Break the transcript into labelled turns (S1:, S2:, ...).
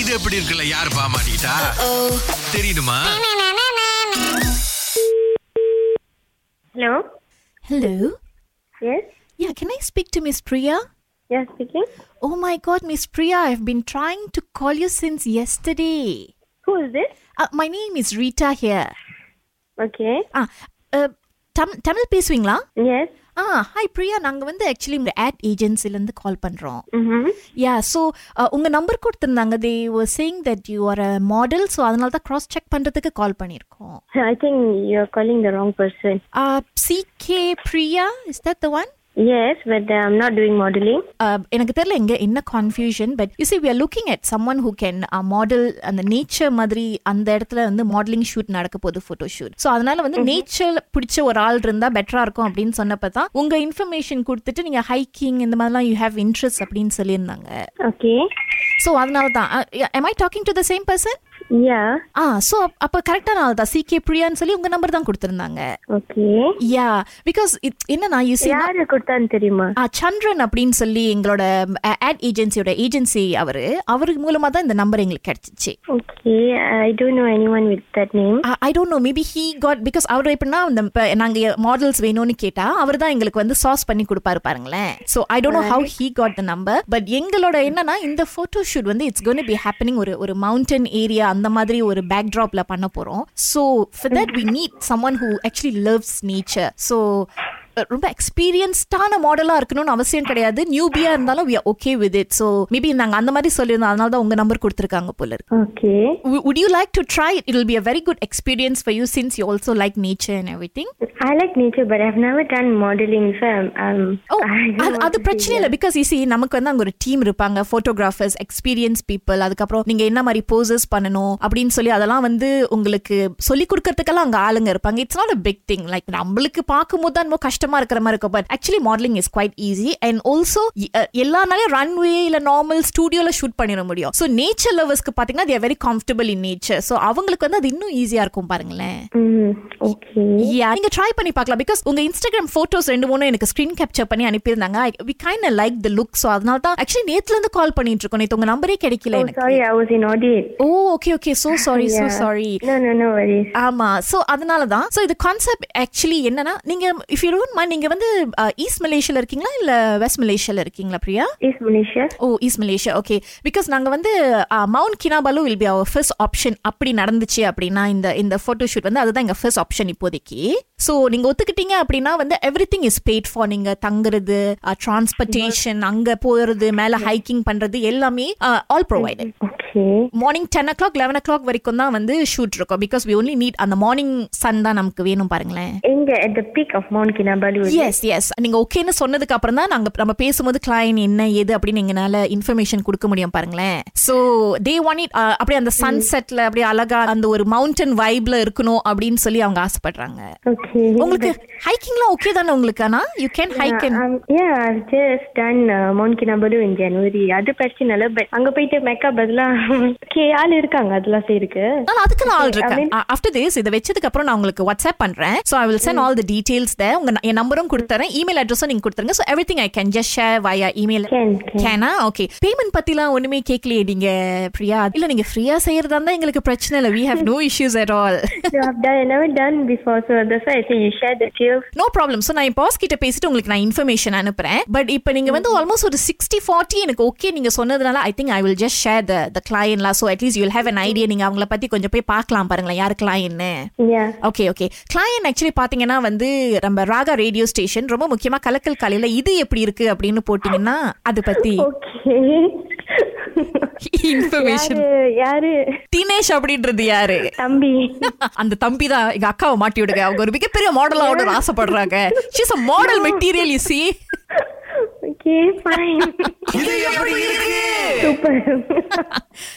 S1: இது எப்படி இருக்குல்ல யாரு பாமாட்டா தெரியுமா
S2: hello
S3: Hello.
S2: Yes
S3: Yeah, can I speak to Miss Priya?
S2: யார் speaking
S3: Oh my god, Miss Priya, I've been trying to call you since yesterday.
S2: Who is this
S3: Uh, my name is Rita here.
S2: Okay
S3: Ah, uh, Tam- Tamil பேசுவீங்களா
S2: S
S3: ஆ hi Priya நாங்கள் வந்து actually இந்த ad ஏஜென்சிலேருந்து call பண்ணுறோம்
S2: ம்
S3: yeah so உங்கள் number கொடுத்துருந்தாங்க they were saying that you are a model so அதனால தான் க்ராஸ் செக் பண்ணுறதுக்கு கால் பண்ணியிருக்கோம் Uh,
S2: I think you are calling the wrong person
S3: CK Priya is that the one
S2: yes but I am not doing modelling
S3: Uh, எனக்கு தெரியல எங்க என்ன confusion but you see we are looking at someone who can model uh, அந்த nature மாதிரி அந்த இடத்துல வந்து modelling shoot நடக்க போகுது ஃபோட்டோ ஷூட் ஸோ அதனால வந்து நேச்சர் பிடிச்ச ஒரு ஆள் இருந்தா பெட்டரா இருக்கும் அப்படின்னு சொன்னப்ப தான் உங்க இன்ஃபர்மேஷன் கொடுத்துட்டு நீங்க ஹைக்கிங் இந்த மாதிரிலாம் யூ ஹேவ் இன்ட்ரெஸ்ட் அப்படின்னு சொல்லியிருந்தாங்க
S2: ஓகே
S3: ஸோ அதனால தான் uh, am I talking to the same person
S2: yeah
S3: ah so அப்போ கரெக்டான ஆள் தான் சிகே பிரியான்னு சொல்லி உங்க நம்பர் தான் கொடுத்துருந்தாங்க
S2: ஓகே
S3: யா பிகாஸ் என்னன்னா யூ சி
S2: யாரு கொடுத்தான்னு தெரியுமா
S3: ஆ, சந்திரன் அப்படின்னு சொல்லி எங்களோட ஆட் ஏஜென்சியோட ஏஜென்சி அவரு அவருக்கு மூலமா தான் இந்த நம்பர் எங்களுக்கு கிடைச்சிச்சு
S2: okay I don't know anyone with that name
S3: I don't know maybe he got because அவர் எப்படின்னா அந்த இப்ப நாங்க மாடல்ஸ் வேணும்னு கேட்டா அவர் தான் எங்களுக்கு வந்து சாஸ் பண்ணி கொடுப்பாரு பாருங்களேன் so I don't know how he got the number but எங்களோட என்னன்னா இந்த ஃபோட்டோ ஷூட் வந்து இட்ஸ் கோன் பி ஹேப்பனிங் ஒரு ஒரு மவுண்டன் ஏரியா அந்த மாதிரி ஒரு பேக் ட்ராப்ல பண்ண போறோம் so for that we need someone who actually loves nature so ரொம்ப எக்ஸ்பீரியன்ஸ்டான மாடலா இருக்கணும்னு அவசியம் கிடையாது நியூபியா இருந்தாலும் we are okay with it so maybe நாங்க அந்த மாதிரி சொல்லியிருந்தோம் அதனால தான் உங்க நம்பர் கொடுத்துருக்காங்க போல இருக்கு
S2: okay
S3: W- would you like to try it? It'll be a very good experience for you since you also like nature and everything.
S2: I like nature but I've never done modelling sir
S3: O Oh, அது அது பிரச்சனை இல்லை because easy நமக்கு வந்து அங்கே ஒரு team இருப்பாங்க photographers experience people அதுக்கப்புறம் நீங்கள் என்ன மாதிரி போசஸ் பண்ணணும் அப்படின்னு சொல்லி அதெல்லாம் வந்து உங்களுக்கு சொல்லி கொடுக்கறதுக்கெல்லாம் அங்கே ஆளுங்க இருப்பாங்க it's not a big thing like நம்மளுக்கு பார்க்கும்போது தான் ரொம்ப கஷ்டமாக இருக்கிற மாதிரி இருக்கும் but actually modelling is quite easy and also எல்லா நாளையும் ரன்வே இல்லை நார்மல் ஸ்டூடியோவில் ஷூட் பண்ணிட முடியும் ஸோ நேச்சர் லவர்ஸ்க்கு பார்த்தீங்கன்னா they are very comfortable in nature so அவங்களுக்கு வந்து அது இன்னும் ஈஸியாக இருக்கும் பாருங்களேன்
S2: ம் ஓகே
S3: யா நீங்க ட்ரை பண்ணி பார்க்கலாம் பிகாஸ் உங்க இன்ஸ்டாகிராம் போட்டோஸ் ரெண்டு மூணு எனக்கு ஸ்கிரீன் கேப்சர் பண்ணி அனுப்பியிருந்தாங்க we kind like the look so அதனால தான் ஆக்சுவலி நேத்துல இருந்து கால் பண்ணிட்டு இருக்கோம் நேத்து உங்க நம்பரே கிடைக்கல எனக்கு
S2: sorry I was in idiot
S3: oh okay okay so sorry so sorry
S2: no no no worries
S3: ஆமா சோ அதனால தான் சோ இது கான்செப்ட் ஆக்சுவலி என்னன்னா நீங்க இஃப் யூ டோன்ட் மைண்ட் நீங்க வந்து ஈஸ்ட் மலேஷியால இருக்கீங்களா இல்ல வெஸ்ட் மலேஷியால இருக்கீங்களா Priya
S2: is Malaysia
S3: oh east Malaysia okay because நாங்கள் வந்து uh, Mount Kinabalu will be our first option அப்படி நடந்துச்சு அப்படின்னா இந்த இந்த ஃபோட்டோ ஷூட் வந்து அதுதான் எங்கள் ஃபர்ஸ்ட் ஆப்ஷன் இப்போதைக்கு ஸோ நீங்கள் ஒத்துக்கிட்டீங்க அப்படின்னா வந்து everything is paid for நீங்கள் தங்குறது uh, டிரான்ஸ்போர்ட்டேஷன் அங்கே போகிறது மேலே ஹைக்கிங் பண்ணுறது எல்லாமே uh, all provided
S2: okay
S3: morning ten o'clock eleven o'clock வரைக்கும் தான் வந்து ஷூட் இருக்கும் பிகாஸ் வி ஒன்லி நீட் அந்த மார்னிங் சன் தான் நமக்கு வேணும் பாருங்களேன்
S2: எங்க at the peak of Mount Kinabalu
S3: yes yes நீங்க ஓகேன்னு சொன்னதுக்கு அப்புறம் தான் நாங்க நம்ம பேசும்போது கிளைன் என்ன ஏது அப்படின்னு எங்கனால இன்ஃபர்மேஷன் கொடுக்க முடியும் பாருங்களேன் சோ தே ஒன் இட் அப்படியே அந்த சன்செட்ல அப்படியே அழகா அந்த ஒரு மவுண்டன் வைப்ல இருக்கணும் அப்படின்னு சொல்லி அவங்க ஆசைப்படுறாங்க
S2: ஓகே
S3: உங்களுக்கு ஹைக்கிங்லாம் ஓகே தானே உங்களுக்கு ஆனா you can hike
S2: yeah I've just done Mount Kinabalu in January அது பிரச்சனை இல்லை பட் lah, அங்க போயிட்டு மெக்கா பதிலா ஓகே ஆள் இருக்காங்க அதெல்லாம் செய்யறதுக்கு
S3: அதுக்கு நான் ஆள் இருக்கேன் ஆஃப்டர் திஸ் இதை வச்சதுக்கு அப்புறம் நான் உங்களுக்கு வாட்ஸ்அப் பண்றேன் so I will send all the details the உங்க ந- என் நம்பரும் கொடுத்துறேன் இமெயில் அட்ரஸும் நீங்க கொடுத்துருங்க so everything I can just share via email
S2: can can
S3: கேனா ஓகே பேமெண்ட் பத்திலாம் ஒண்ணுமே கேட்கலையே நீங்க பிரியா இல்ல நீங்க ஃப்ரீயா செய்யறதா இருந்தா எங்களுக்கு பிரச்சனை இல்ல we have no issues at all
S2: you have done never done before so that's I say you share the tube
S3: no problem so நான் என் பாஸ் கிட்ட பேசிட்டு உங்களுக்கு நான் இன்ஃபர்மேஷன் அனுப்புறேன் பட் இப்போ நீங்க வந்து ஆல்மோஸ்ட் ஒரு சிக்ஸ்டி ஃபார்ட்டி எனக்கு ஓகே நீங்க சொன்னதுனால I think I will just share the the கிளையன்லாம் so at least you'll have an idea நீங்க அவங்கள பத்தி கொஞ்சம் போய் பார்க்கலாம் பாருங்களேன் யார் கிளையன்னு
S2: yeah
S3: okay okay client actually பாத்தீங்கன்னா வந்து நம்ம ராகா ரேடியோ ஸ்டேஷன் ரொம்ப முக்கியமா கலக்கல் காலையில இது எப்படி இருக்கு அப்படின்னு போட்டீங்கன்னா அதை பத்தி
S2: ஓகே
S3: இன்ஃபர்மேஷன்
S2: யாரு யாரு
S3: தினேஷ் அப்படின்றது யாரு
S2: தம்பி
S3: அந்த தம்பி தான் எங்க அக்காவை மாட்டி விடுங்க அவங்க ஒரு மிகப்பெரிய மாடல் ஆட ஆசைப்படுறாங்க she's a model material you see
S2: okay fine
S1: இது எப்படி இருக்கு
S2: சூப்பர்